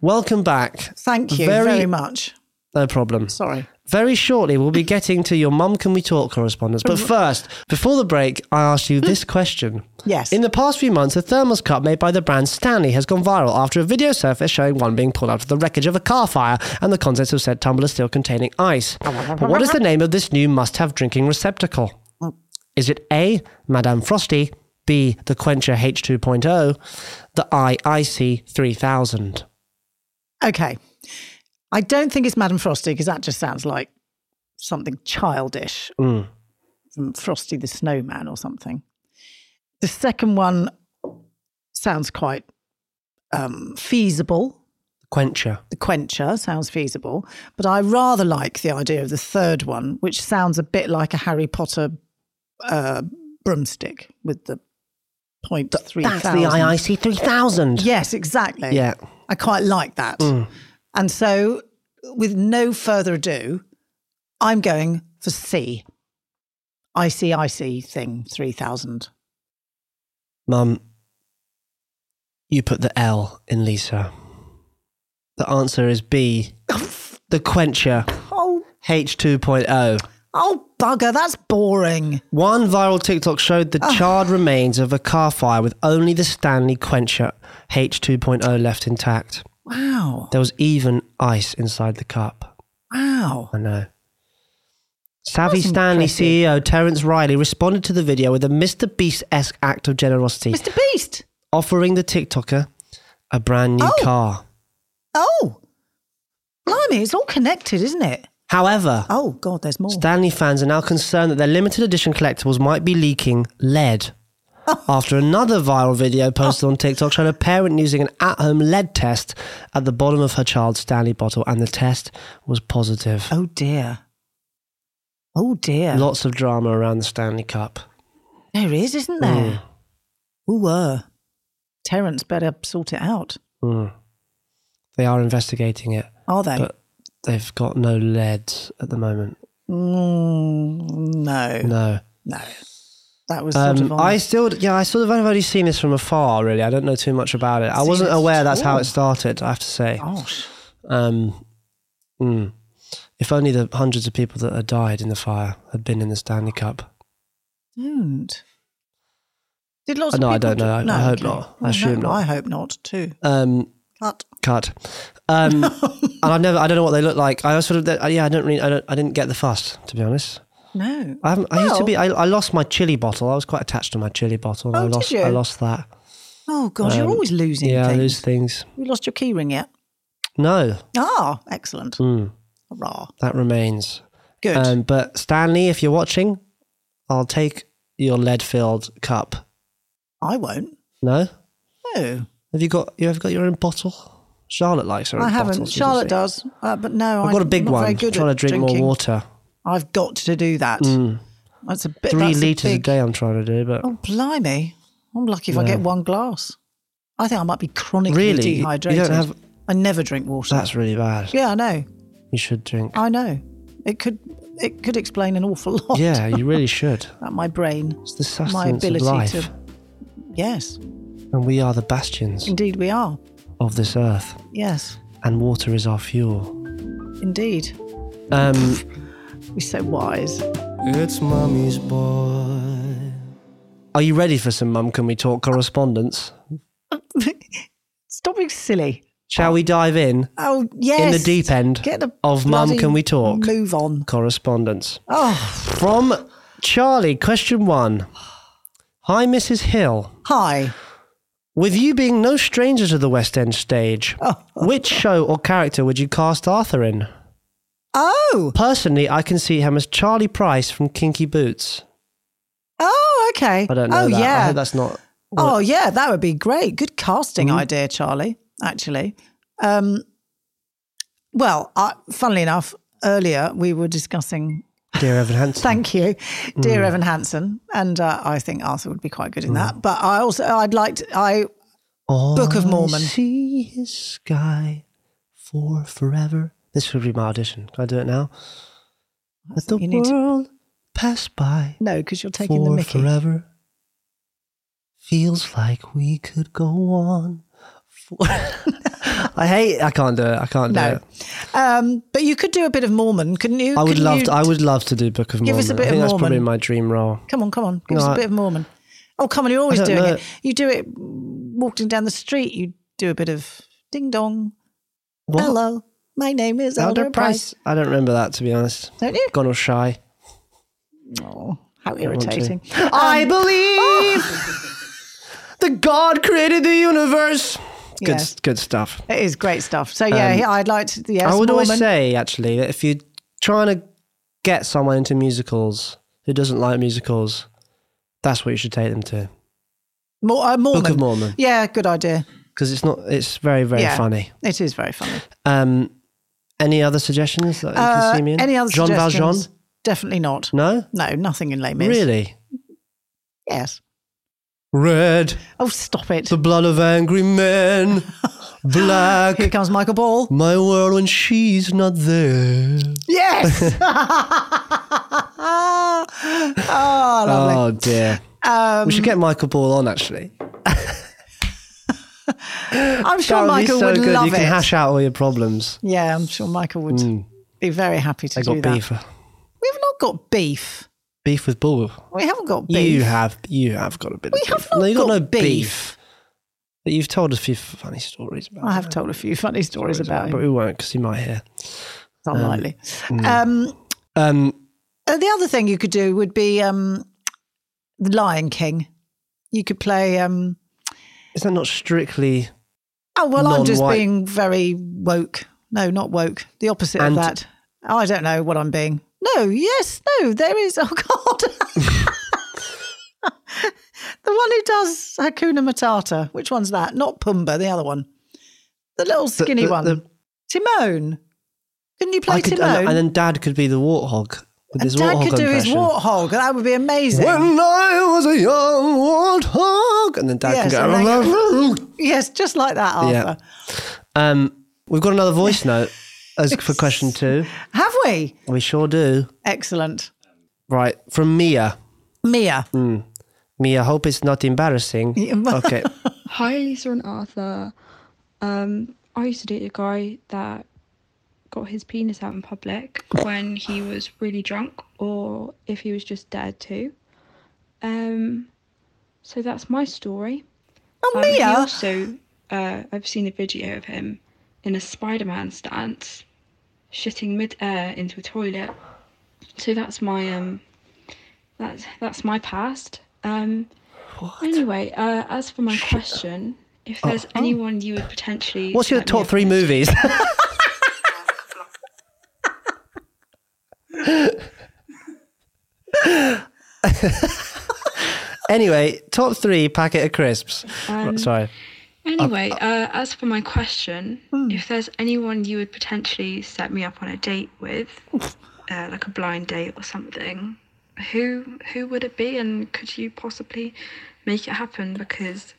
A: Welcome back.
B: Thank you very much.
A: No problem.
B: Sorry.
A: Very shortly, we'll be getting to your Mum Can We Talk correspondence. But first, before the break, I asked
B: Hmm?
A: you this question.
B: Yes.
A: In the past few months, a thermos cup made by the brand Stanley has gone viral after a video surfaced showing one being pulled out of the wreckage of a car fire and the contents of said tumbler still containing ice. But what is the name of this new must have drinking receptacle? Is it A, Madame Frosty, B, the Quencher H2.0, oh, the IIC 3000?
B: Okay. I don't think it's Madame Frosty because that just sounds like something childish.
A: Mm.
B: From Frosty the Snowman or something. The second one sounds quite um, feasible.
A: Quencher.
B: The Quencher sounds feasible, but I rather like the idea of the third one, which sounds a bit like a Harry Potter uh, broomstick with the point three.
A: That's the IIC 3000.
B: Yes, exactly.
A: Yeah.
B: I quite like that.
A: Mm.
B: And so, with no further ado, I'm going for C. ICIC thing 3000.
A: Mum, you put the L in Lisa. The answer is B, the Quencher
B: Oh,
A: H2.0.
B: oh, bugger, that's boring.
A: One viral TikTok showed the
B: Ah.
A: charred remains of a car fire with only the Stanley Quencher H2.0 oh, left intact.
B: Wow.
A: There was even ice inside the cup.
B: Wow.
A: I know. Savvy
B: That's
A: Stanley
B: impressive.
A: CEO Terence Riley responded to the video with a Mr. Beast esque act of generosity,
B: Mr. Beast.
A: offering the TikToker a brand new
B: Oh.
A: car.
B: Oh, blimey, it's all connected, isn't it?
A: However,
B: Oh, God, there's more.
A: Stanley fans are now concerned that their limited edition collectibles might be leaking lead. After another viral video posted on TikTok showed a parent using an at home lead test at the bottom of her child's Stanley bottle, and the test was positive.
B: Oh, dear. Oh, dear.
A: Lots of drama around the Stanley Cup.
B: There is, isn't there? Ooh, uh, Mm. Terence better sort it out.
A: Mm. They are investigating it.
B: Are they?
A: But they've got no lead at the moment.
B: Mm, no.
A: No.
B: No. That was sort
A: Um,
B: of on.
A: I still, yeah, I sort of have only seen this from afar. Really, I don't know too much about it. I wasn't
B: it at
A: aware that's how
B: all. Oh.
A: it started. I have to say.
B: Gosh.
A: Um, mm. if only the hundreds of people that had died in the fire had been in the Stanley Cup.
B: Don't. Did lots of
A: No, I
B: people
A: don't know. I-
B: do-
A: I hope
B: okay.
A: not. I
B: Well,
A: assume
B: no,
A: not.
B: I hope not too.
A: Um,
B: Cut.
A: cut. Um, and I've never, I don't know what they look like. I sort of, yeah, I don't really, I, don't, I didn't get the fuss to be honest.
B: No.
A: I, haven't, I used to
B: Well-
A: be. I, I lost my chili bottle. I was quite attached to my chili bottle. and
B: Oh,
A: I
B: did
A: lost,
B: you?
A: I lost that.
B: Oh God, you're
A: Um,
B: always losing.
A: Yeah,
B: things.
A: I lose things.
B: You lost your keyring yet?
A: No,
B: Ah, excellent.
A: Mm,
B: Hurrah.
A: that remains.
B: Good.
A: Um, but Stanley, if you're watching, I'll take your lead-filled cup.
B: I won't.
A: No,
B: No,
A: have you got? You have got your own bottle. Charlotte likes her.
B: I
A: own
B: haven't.
A: bottles, you
B: Charlotte
A: see.
B: does, uh, but no,
A: I've
B: I'm
A: got a big
B: not
A: one.
B: Very good
A: trying
B: at
A: to drink
B: drinking.
A: more water.
B: I've got to do that.
A: Mm.
B: That's a bit.
A: Three
B: that's
A: liters
B: a,
A: a,
B: big,
A: day. I'm trying to do, but
B: Oh blimey! I'm lucky if I
A: Yeah.
B: get one glass. I think I might be chronically
A: Really? You- you don't
B: dehydrated.
A: have-
B: I never drink water.
A: that's really bad.
B: Yeah, I know.
A: You should drink.
B: I know. It could it could explain an awful lot.
A: Yeah, you really should.
B: about my brain.
A: It's the
B: My
A: sustenance of
B: ability
A: life,
B: to Yes,
A: and we are the bastions
B: indeed we are.
A: of this earth.
B: Yes,
A: and water is our fuel.
B: indeed.
A: Um,
B: We're so wise.
A: it's mummy's boy. Are you ready for some mum? Can we talk correspondence?
B: Stop being silly.
A: Shall we dive in?
B: Oh yes.
A: In the deep end
B: Get the
A: of mum?
B: bloody
A: Can we talk?
B: Move on.
A: Correspondence
B: Oh
A: from Charlie. Question one. Hi, Mrs. Hill.
B: hi.
A: With you being no stranger to the West End stage, which show or character would you cast Arthur in?
B: Oh
A: Personally, I can see him as Charlie Price from Kinky Boots.
B: Oh, okay.
A: I don't know.
B: Oh,
A: that. I
B: yeah.
A: hope that's not.
B: Oh, yeah, that would be great. Good casting
A: Mhm.
B: idea, Charlie, actually. Um, well, I, funnily enough, earlier we were discussing,
A: Dear Evan Hansen.
B: thank you, dear
A: Mm.
B: Evan Hansen, and uh, I think Arthur would be quite good in
A: Mm.
B: that. But I also, I'd like to, I, Book of
A: I
B: Mormon.
A: see his sky for forever. This would be my audition. Can I do it now? Let the
B: you need to-
A: world pass by.
B: No, because you're taking
A: for
B: the mickey.
A: forever. Feels like we could go on. For- I hate. I can't do it. I can't do
B: No.
A: it.
B: Um, but you could do a bit of Mormon, couldn't you?
A: I would
B: Couldn't
A: love.
B: you-
A: To, I would love to do Book of
B: Give
A: Mormon.
B: us a bit
A: I
B: of
A: think that's probably
B: Mormon.
A: my dream role.
B: Come on, come on. Give
A: No,
B: us a
A: I-
B: bit of Mormon. Oh, come on. You're always
A: don't
B: doing
A: know.
B: it. You do it walking down the street. You do a bit of ding dong.
A: What?
B: Hello, my name is Elder, Price.
A: I don't remember that to be honest.
B: Don't you?
A: Gone or shy.
B: Oh, how
A: Don't want to.
B: irritating.
A: I
B: oh!
A: believe the God created the universe. Good,
B: Yes.
A: good stuff.
B: It is great stuff. So, yeah,
A: Um,
B: I'd like to. Yes,
A: I would always
B: Mormon.
A: say actually that if you're trying to get someone into musicals who doesn't like musicals, that's what you should take them to.
B: Mor- uh, Mormon.
A: Book of Mormon
B: Yeah, good idea.
A: because it's not. It's very very
B: Yeah.
A: funny.
B: It is very funny.
A: Um, any other suggestions that you
B: Uh,
A: can see me in?
B: Any other
A: Jean
B: suggestions?
A: Valjean?
B: Definitely not.
A: No,
B: No, nothing in Les Mis.
A: really.
B: Yes.
A: Red,
B: Oh, stop it.
A: the blood of angry men. Black,
B: Here comes Michael Ball.
A: my world when she's not there.
B: Yes. oh, lovely.
A: Oh dear.
B: Um,
A: we should get Michael Ball on actually.
B: I'm
A: That
B: sure
A: would be
B: Michael
A: so
B: would
A: good.
B: love
A: You can
B: it.
A: hash out all your problems.
B: yeah, I'm sure Michael would
A: Mm.
B: be very happy to
A: I
B: do
A: got
B: that.
A: beef.
B: We've not got beef.
A: Beef with Bull.
B: We haven't got beef.
A: You have you have got a bit
B: We
A: of
B: have
A: beef.
B: not
A: no, you
B: got
A: got no beef.
B: beef.
A: But you've told a few funny stories about
B: I
A: him.
B: have told a few funny stories about
A: but
B: him.
A: we won't because you might hear.
B: It's unlikely.
A: Mm.
B: Um,
A: Um,
B: uh, the other thing you could do would be um, the Lion King. You could play. Um,
A: is that not strictly
B: oh well, I'm just
A: Non-white.
B: being very woke. No, not woke. The opposite
A: And-
B: of that. I don't know what I'm being. No, yes, no. There is. Oh God. The one who does Hakuna Matata. Which one's that? Not Pumba, the other one. The little
A: the-
B: skinny
A: the-
B: one.
A: the-
B: Timon. Couldn't you play
A: I could,
B: Timon?
A: and, and then Dad could be the warthog with
B: And
A: his
B: Dad
A: warthog
B: could do his
A: impression.
B: warthog. That would be amazing.
A: When I was a young warthog, and then Dad
B: Yes,
A: can
B: and
A: go.
B: yes, just like that, Arthur.
A: Yeah. Um, we've got another voice note as for question two.
B: Have we?
A: We sure do.
B: Excellent.
A: Right from Mia.
B: Mia.
A: Mm. Mia, hope it's not embarrassing. okay.
I: Hi, Lisa and Arthur. Um, I used to date a guy that got his penis out in public when he was really drunk or if he was just dead too. Um, so that's my story.
B: Oh,
I: he
B: Mia.
I: also, uh, I've seen a video of him in a Spider Man stance, shitting mid air into a toilet. So that's my um, that's that's my past. Um, Anyway, uh, as for my question, if there's anyone you would potentially
A: Oh. What's your
I: set me
A: top
I: up
A: three movies? anyway, top three packet of crisps.
I: Um,
A: Sorry.
I: Anyway, uh, as for my question,
B: Hmm.
I: if there's anyone you would potentially set me up on a date with, uh, like a blind date or something, who who would it be, and could you possibly make it happen? Because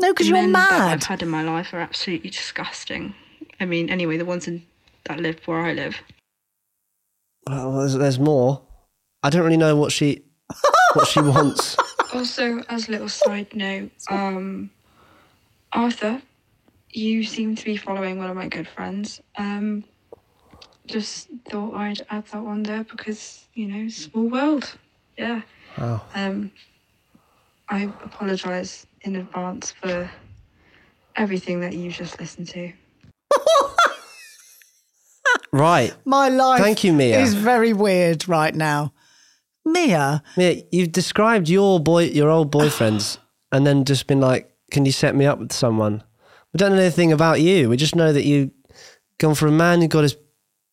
B: No, because you're
I: men that I've
B: mad.
I: had in my life are absolutely disgusting. I mean, anyway, the ones in, that live where I live.
A: Well, there's, there's more. I don't really know what she what she wants.
I: Also, as a little side note, um, Arthur, you seem to be following one of my good friends. Um, just thought I'd add that one there because you know, small world. Yeah.
A: Wow.
I: Um, I apologise in advance for everything that you just listened to.
A: Right.
B: My life
A: Thank you, Mia.
B: is very weird right now. Mia.
A: Mia, you've described your boy, your old boyfriends, and then just been like, "Can you set me up with someone?" We don't know anything about you. We just know that you gone for a man who got his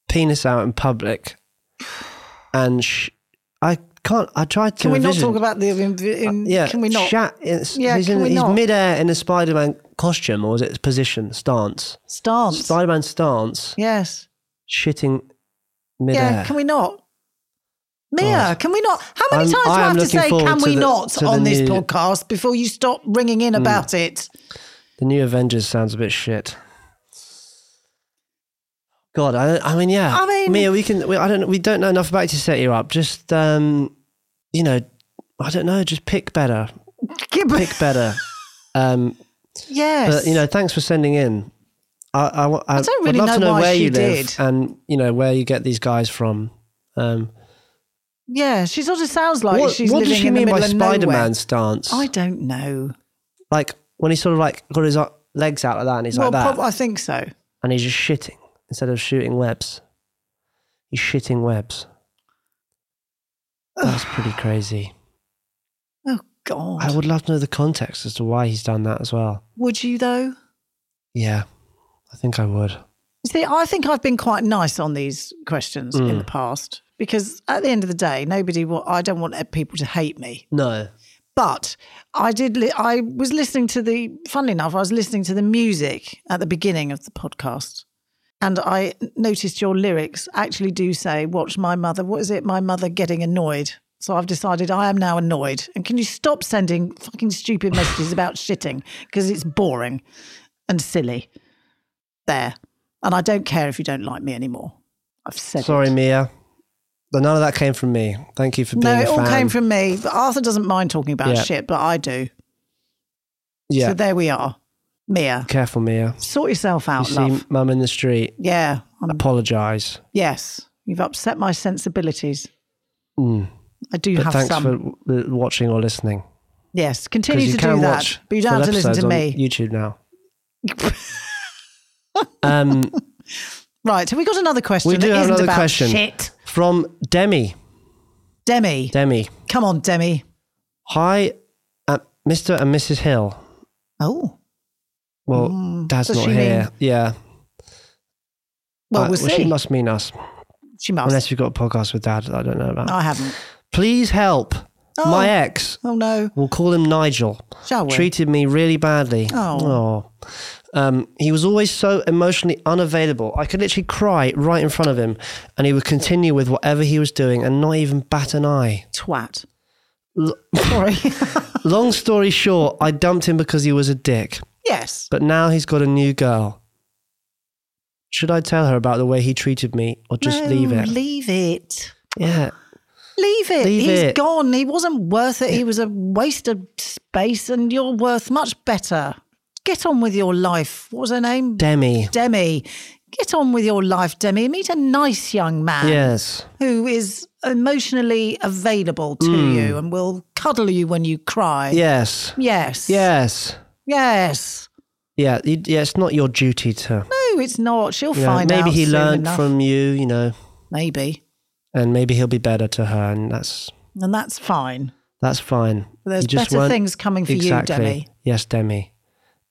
A: penis out in public and sh- I can't. I tried to.
B: Can we not
A: envision- Uh,
B: talk about the? In, in,
A: yeah,
B: Can we not?
A: Shat, it's,
B: yeah.
A: he's
B: Can
A: in,
B: we
A: he's
B: not?
A: midair in a Spider-Man costume, or is it position, stance?
B: Stance.
A: Spider-Man stance.
B: Yes.
A: Shitting midair.
B: yeah. Can we not? Mia,
A: God.
B: can we not? How many
A: I'm-
B: times do
A: I
B: I
A: am
B: have to
A: looking
B: say,
A: forward
B: can
A: to
B: we
A: the-
B: not
A: to the
B: on this
A: new-
B: podcast before you stop ringing in
A: Mm.
B: about it?
A: The new Avengers sounds a bit shit. God, I, I mean, yeah.
B: I mean-
A: Mia, we can. We, I don't. We don't know enough about you to set you up. Just, um, you know, I don't know. Just pick better. Pick better. Um,
B: Yes.
A: But you know, thanks for sending in. I, I, wa- I,
B: I don't
A: would
B: really
A: love to
B: know
A: know
B: why
A: where
B: she
A: you live
B: did.
A: and you know where you get these guys from. Um,
B: Yeah, she sort of sounds like
A: what
B: she's
A: what
B: living
A: does she
B: in
A: mean
B: the
A: by
B: middle of nowhere.
A: Spider-Man stance?
B: I don't know.
A: like when he's sort of like got his uh, legs out like that and he's
B: well,
A: like that,
B: prob- I think so.
A: and he's just shitting instead of shooting webs. He's shitting webs. That's pretty crazy.
B: Oh God,
A: I would love to know the context as to why he's done that as well.
B: would you though?
A: Yeah, I think I would.
B: You See, I think I've been quite nice on these questions in
A: Mm.
B: the past because at the end of the day, nobody. Will, I don't want people to hate me.
A: No.
B: But I did. Li- I was listening to the. Funnily enough, I was listening to the music at the beginning of the podcast, and I noticed your lyrics actually do say, "Watch my mother." What is it? My mother getting annoyed. So I've decided I am now annoyed. And can you stop sending fucking stupid messages about shitting because it's boring and silly. There, and I don't care if you don't like me anymore. I've said it.
A: Sorry, Mia. But none of that came from me. Thank you for being
B: No,
A: a
B: it all
A: fan.
B: came from me. But Arthur doesn't mind talking about
A: Yeah.
B: shit, but I do.
A: yeah.
B: So there we are. Mia,
A: Careful, Mia.
B: sort yourself
A: You
B: out,
A: see
B: love. Mm.
A: mum in the street.
B: Yeah. I'm,
A: Apologise.
B: yes. You've upset my sensibilities.
A: Mm.
B: I do
A: But
B: have
A: thanks
B: some.
A: for w- w- watching or listening.
B: yes.
A: 'Cause
B: Continue
A: you
B: to
A: can
B: do that.
A: watch
B: But you don't
A: full
B: have to listen to
A: episodes on
B: me.
A: YouTube now. um,
B: Right. Have we got another question?
A: we do
B: that
A: have
B: isn't
A: another
B: about
A: question
B: Shit.
A: from Demi.
B: Demi.
A: Demi.
B: Come on, Demi.
A: Hi, uh, Mr. and Mrs. Hill.
B: Oh.
A: Well,
B: Mm,
A: Dad's
B: does
A: not
B: she
A: here.
B: mean-
A: Yeah.
B: Well,
A: Uh,
B: we'll
A: She
B: see.
A: must mean us.
B: She must.
A: Unless we've got a podcast with Dad that I don't know about.
B: I haven't.
A: Please help.
B: Oh.
A: My ex,
B: Oh, no.
A: we'll call him Nigel,
B: Shall we?
A: treated me really badly.
B: Oh.
A: Oh. Um, he was always so emotionally unavailable. I could literally cry right in front of him, and he would continue with whatever he was doing and not even bat an eye.
B: Twat.
A: L-
B: Sorry.
A: Long story short, I dumped him because he was a dick,
B: yes.
A: but now he's got a new girl. Should I tell her about the way he treated me or just
B: No,
A: leave it?
B: Leave it.
A: yeah.
B: Leave it.
A: Leave
B: He's
A: it.
B: gone. He wasn't worth it. He was a waste of space, and you're worth much better. Get on with your life. What was her name?
A: Demi.
B: Demi. Get on with your life, Demi. Meet a nice young man
A: Yes.
B: who is emotionally available to
A: Mm.
B: you and will cuddle you when you cry.
A: Yes.
B: Yes.
A: Yes.
B: Yes.
A: Yeah. you- yeah. It's not your duty to.
B: No, it's not. She'll
A: you know,
B: find out.
A: maybe he
B: soon
A: learned
B: enough.
A: from you, you know,
B: Maybe.
A: and maybe he'll be better to her, and that's
B: And that's fine.
A: that's fine.
B: But there's
A: You just
B: better
A: weren't-
B: things coming for you,
A: exactly.
B: Demi.
A: Yes, Demi.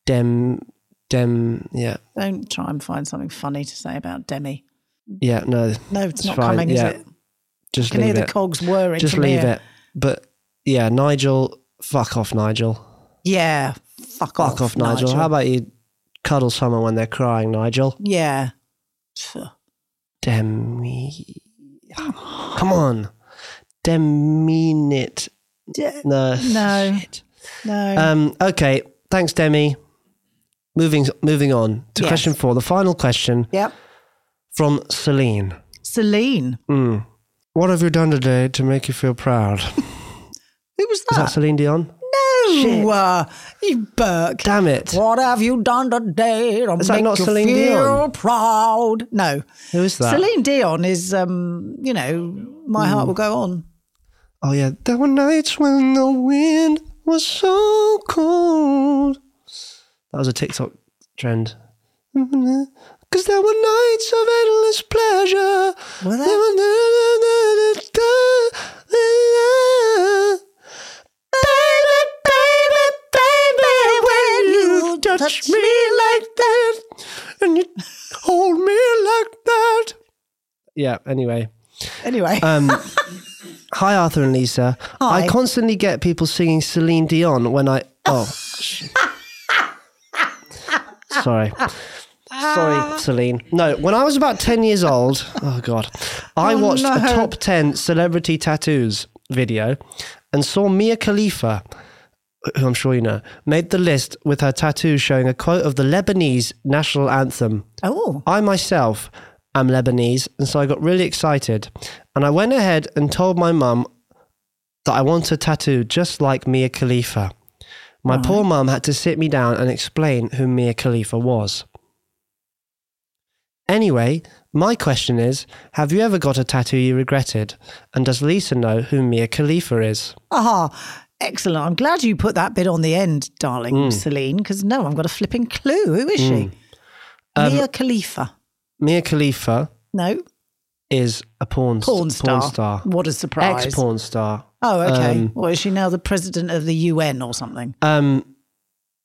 A: Dem. Dem. Yeah.
B: Don't try and find something funny to say about Demi.
A: Yeah. No.
B: No, it's, not coming,
A: yeah.
B: is it?
A: Just
B: can
A: leave
B: hear
A: it.
B: the cogs whirring.
A: just
B: from
A: leave
B: here.
A: it. But yeah, Nigel. Fuck off, Nigel.
B: Yeah. Fuck,
A: Fuck off, Nigel. How about you cuddle someone when they're crying, Nigel?
B: Yeah. Pff,
A: Demi. Come on. Deminit.
B: De-
A: no.
B: No. No.
A: Um, okay. Thanks, Demi. Moving moving on to
B: Yes.
A: question four, the final question
B: yep.
A: from Celine.
B: Celine.
A: Mm. What have you done today to make you feel proud? Is
B: Who was
A: that
B: that?
A: Celine Dion?
B: no. Uh, you Burke.
A: Damn it.
B: What have you done today to
A: Is that
B: make
A: not
B: you
A: Celine
B: feel
A: Dion?
B: proud? No.
A: Who is that? Hmm.
B: Celine Dion is, um, you know, my heart will go on.
A: Oh yeah. There were nights when the wind was so cold. That was a TikTok trend. Cause there were nights of endless pleasure.
B: Were there?
A: There were na- na- na- na- na- na- na- Baby, baby, baby, when you touch me like that and you hold me like that. Yeah, anyway.
B: Anyway,
A: Um Hi, Arthur and Lisa.
B: Hi.
A: I constantly get people singing Celine Dion when I. Oh, sh- sorry.
B: Ah.
A: Sorry, Celine. No, when I was about 10 years old, oh God, I
B: Oh,
A: watched
B: no.
A: a top 10 celebrity tattoos video and saw Mia Khalifa, who I'm sure you know, made the list with her tattoo showing a quote of the Lebanese national anthem.
B: Oh.
A: I myself am Lebanese, and so I got really excited. And I went ahead and told my mum that I want a tattoo just like Mia Khalifa. My poor mum had to sit me down and explain who Mia Khalifa was. Anyway, my question is Have you ever got a tattoo you regretted? And does Lisa know who Mia Khalifa is?
B: Ah, excellent. I'm glad you put that bit on the end, darling
A: Mm.
B: Celine, because no, I've got a flipping clue. Who is she?
A: Um,
B: Mia Khalifa.
A: Mia Khalifa
B: No,
A: is a porn,
B: porn star.
A: Porn star.
B: What a surprise.
A: Ex porn star.
B: Oh, okay.
A: Um,
B: well, is she now the president of the UN or something?
A: Um,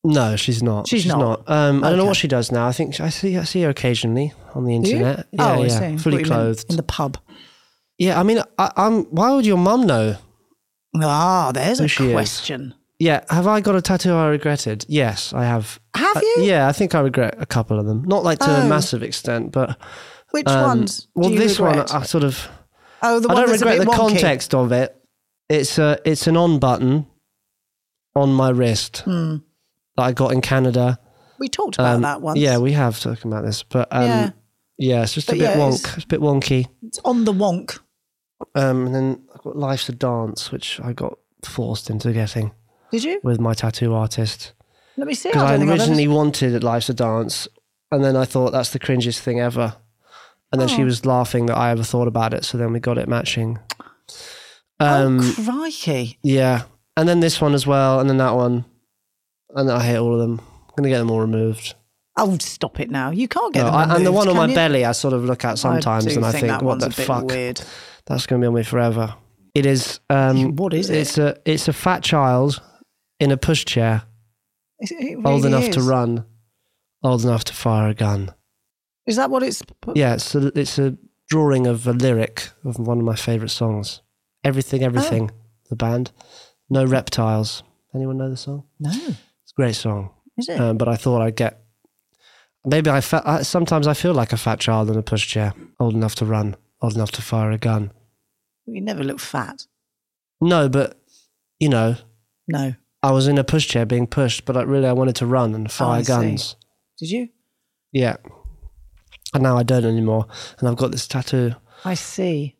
A: no, she's not.
B: She's not.
A: Um, I don't know
B: Okay.
A: what she does now. I think she, I see I see her occasionally on the
B: Do you?
A: internet. Yeah,
B: oh, I
A: yeah,
B: see. What
A: fully
B: you meant,
A: clothed.
B: in the pub.
A: Yeah, I mean, I, I'm. Why would your mum know?
B: Ah, there's
A: who
B: a
A: she is?
B: question.
A: Yeah, have I got a tattoo I regretted? Yes, I have.
B: Have
A: Uh,
B: you?
A: yeah, I think I regret a couple of them. Not like to
B: Oh.
A: a massive extent, but
B: Which
A: um,
B: ones? do
A: Well,
B: you
A: this
B: regret?
A: one I sort of.
B: Oh, the
A: I
B: one
A: don't
B: that's a
A: regret the
B: bit wonky.
A: context of it. It's a it's an on button on my wrist
B: Hmm.
A: that I got in Canada.
B: We talked about
A: Um,
B: that once.
A: Yeah, we have talking about this, but um,
B: Yeah.
A: yeah. it's just a
B: But
A: bit
B: yeah,
A: wonk.
B: it's-
A: It's, a bit wonky.
B: It's on the wonk.
A: Um, and then I've got Life's a Dance, which I got forced into getting
B: Did you?
A: with my tattoo artist
B: Let me see.
A: because
B: I
A: I,
B: don't think I've ever-
A: originally wanted Life's a Dance, and then I thought that's the cringiest thing ever. And then she
B: Oh.
A: was laughing that I ever thought about it, so then we got it matching.
B: Oh,
A: um,
B: Crikey.
A: Yeah. And then this one as well, and then that one. And I hate all of them. I'm going to get them all removed.
B: Oh, stop it now. You can't get
A: No,
B: them.
A: I, and the
B: removed,
A: one on
B: can
A: my
B: you?
A: belly, I sort of look at sometimes
B: do
A: and I
B: think
A: think,
B: that
A: what
B: one's
A: the
B: a bit
A: fuck?
B: weird.
A: That's going to be on me forever. It is. Um,
B: What is it?
A: It's a, it's a fat child in a pushchair,
B: It- it
A: old
B: really
A: enough to
B: is.
A: run, old enough to fire a gun.
B: Is that what it's?
A: Yeah, it's a, it's a drawing of a lyric of one of my favourite songs. Everything,
B: Oh.
A: Everything, the band. No Reptiles. Anyone know the song?
B: No.
A: It's a great song.
B: Is it?
A: Um, but I thought I'd get. Maybe I, fe- I sometimes I feel like a fat child in a pushchair, old enough to run, old enough to fire a gun.
B: You never look fat.
A: No, but you know,
B: No.
A: I was in a pushchair being pushed, but like really I wanted to run and
B: Oh,
A: fire
B: I see.
A: guns.
B: Did you?
A: Yeah, and now I don't anymore, and I've got this tattoo.
B: I see.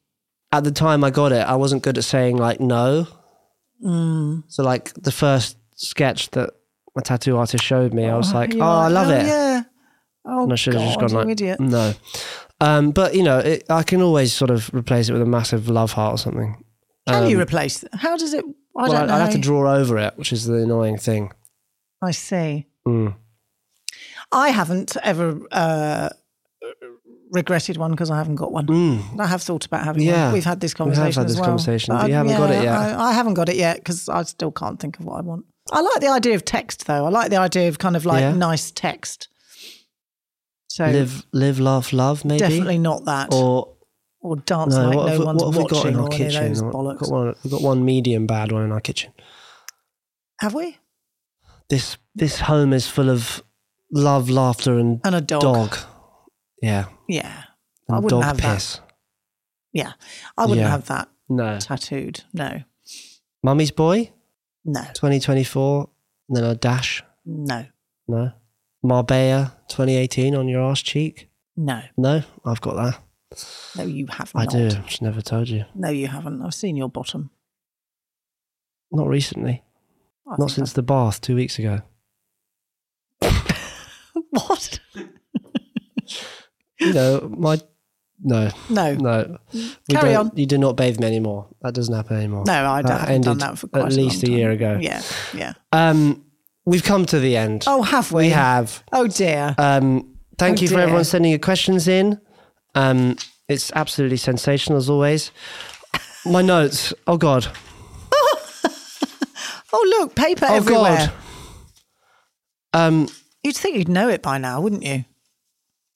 A: At the time I got it, I wasn't good at saying like no.
B: Mm.
A: So like the first sketch that my tattoo artist showed me, I was like, oh,
B: You're
A: I love
B: oh,
A: it.
B: Yeah. Oh,
A: and I should have just gone
B: you
A: like, mm,
B: idiot.
A: no. Um, but you know, it, I can always sort of replace it with a massive love heart or something.
B: Can you
A: Um,
B: replace? How does it? I
A: well,
B: don't know.
A: I'd have to draw over it, which is the annoying thing.
B: I see.
A: Mm.
B: I haven't ever uh, regretted one because I haven't got one. I have thought about having
A: Mm. Yeah.
B: one. We've had this
A: We have
B: conversation.
A: had
B: as
A: this
B: well.
A: conversation, but you
B: I-
A: haven't got it yet.
B: I, I haven't got it yet because I still can't think of what I want. I like the idea of text though. I like the idea of kind of like
A: Yeah.
B: nice text. So
A: live, live, laugh, love, maybe.
B: definitely not that.
A: Or
B: or dance
A: no,
B: like
A: what,
B: no
A: have, we-
B: one's
A: what have we got
B: watching
A: in our
B: or any
A: kitchen?
B: of those
A: We've
B: bollocks.
A: got one, we've got one medium bad one in our kitchen.
B: Have we?
A: This this home is full of love, laughter, and,
B: And a dog.
A: Yeah,
B: Yeah. I
A: and
B: wouldn't
A: dog
B: have that.
A: piss.
B: Yeah. I wouldn't
A: Yeah.
B: have that
A: No,
B: tattooed. No.
A: mummy's boy.
B: No.
A: 2024. And then a dash.
B: No.
A: No. Marbella 2018 on your ass cheek.
B: No.
A: No, I've got that.
B: No, you have
A: I
B: not.
A: do. Just never told you.
B: No, you haven't. I've seen your bottom.
A: Not recently.
B: I
A: Not
B: think
A: since the bath two weeks ago.
B: What?
A: You know, my. No.
B: No.
A: No.
B: Carry
A: don't-
B: on.
A: You do not bathe me anymore. That doesn't happen anymore.
B: No, I don't-
A: That
B: haven't done
A: ended
B: that for quite
A: At
B: a
A: least
B: long
A: a year
B: time.
A: ago.
B: Yeah, yeah.
A: Um, we've come to the end.
B: Oh, have we?
A: We have.
B: Oh dear.
A: Um, thank
B: Oh,
A: you for
B: dear.
A: everyone sending your questions in. Um, it's absolutely sensational as always. My notes. Oh God.
B: Oh look, paper
A: Oh
B: everywhere.
A: God. Um.
B: You'd think you'd know it by now, wouldn't you?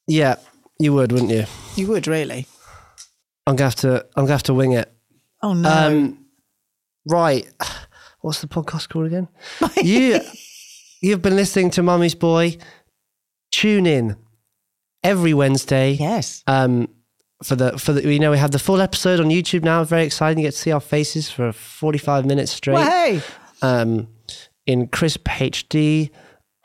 A: Yeah, you would, wouldn't you?
B: You would really.
A: I'm gonna have to. I'm gonna have to wing it.
B: Oh no!
A: Um, right, what's the podcast called again? you you've been listening to Mummy's Boy. Tune in every Wednesday.
B: Yes.
A: Um, for the for the you know we have the full episode on YouTube now. Very exciting. You get to see our faces for forty five minutes straight.
B: Way.
A: Um, in crisp HD.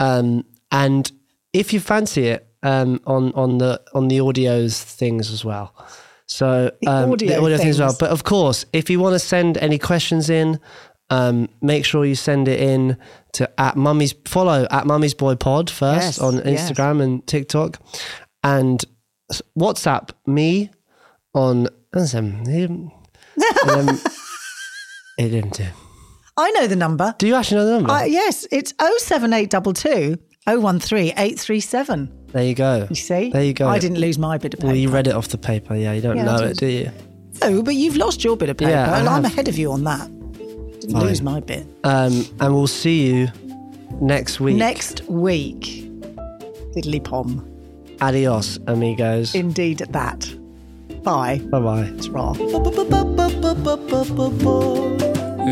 A: Um, and if you fancy it, um, on on the on the audios things as well. So um,
B: audio
A: as well.
B: things.
A: But of course, if you want to send any questions in, um, make sure you send it in to at mummies follow at mummies boy pod first
B: Yes,
A: on
B: yes.
A: Instagram and TikTok, and s- WhatsApp me on. Um, um,
B: I know the number.
A: Do you actually know the number?
B: Uh, yes, it's 07822 013 837.
A: there you go.
B: You see?
A: There you go.
B: I didn't lose my bit of paper.
A: Well, you read it off the paper. Yeah, you don't
B: Yeah, I
A: know
B: did.
A: it, do you?
B: No, but you've lost your bit of paper.
A: Yeah, I
B: and I'm
A: have.
B: ahead of you on that. Didn't
A: Fine.
B: lose my bit.
A: Um, and we'll see you next week.
B: Next week. Diddly pom.
A: Adios, amigos.
B: Indeed, that. Bye.
A: Bye bye.
B: It's raw.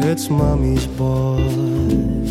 C: It's mommy's boy.